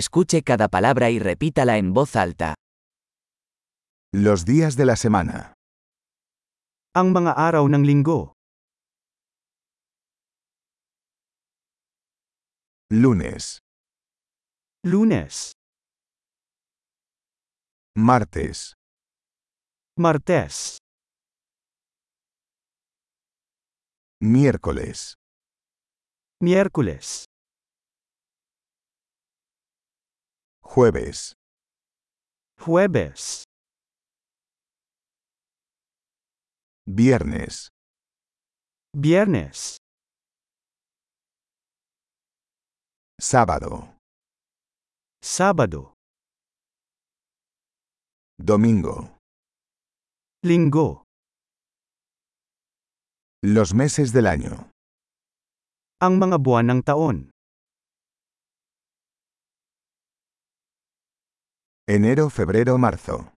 Escuche cada palabra y repítala en voz alta. Los días de la semana. Ang mga araw ng linggo. Lunes, Lunes, martes, Martes, miércoles, Miyerkules, jueves, Huwebes, viernes, Biyernes, sábado, Sabado, domingo. Linggo. Los meses del año. Ang mga buwan ng taon. Enero, febrero, marzo.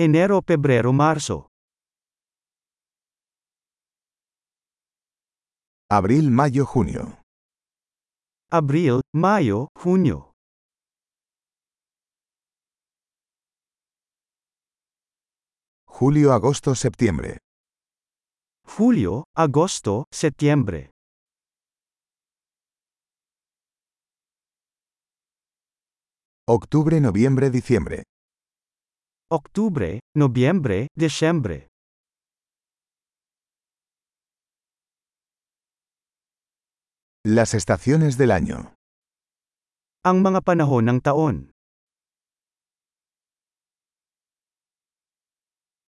Enero, Pebrero, Marso, Abril, mayo, junio. Abril, Mayo, Hunyo, Julio, agosto, septiembre. Hulyo, Agosto, Setyembre, Octubre, noviembre, diciembre. Oktubre, Nobyembre, Desyembre, Las estaciones del año. Ang mga panahon ng taon.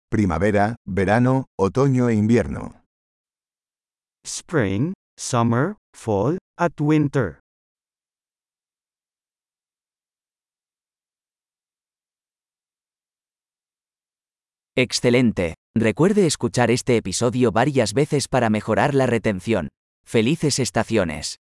Primavera, verano, otoño e invierno. Spring, Summer, Fall, at Winter. Excelente. Recuerde escuchar este episodio varias veces para mejorar la retención. Felices estaciones.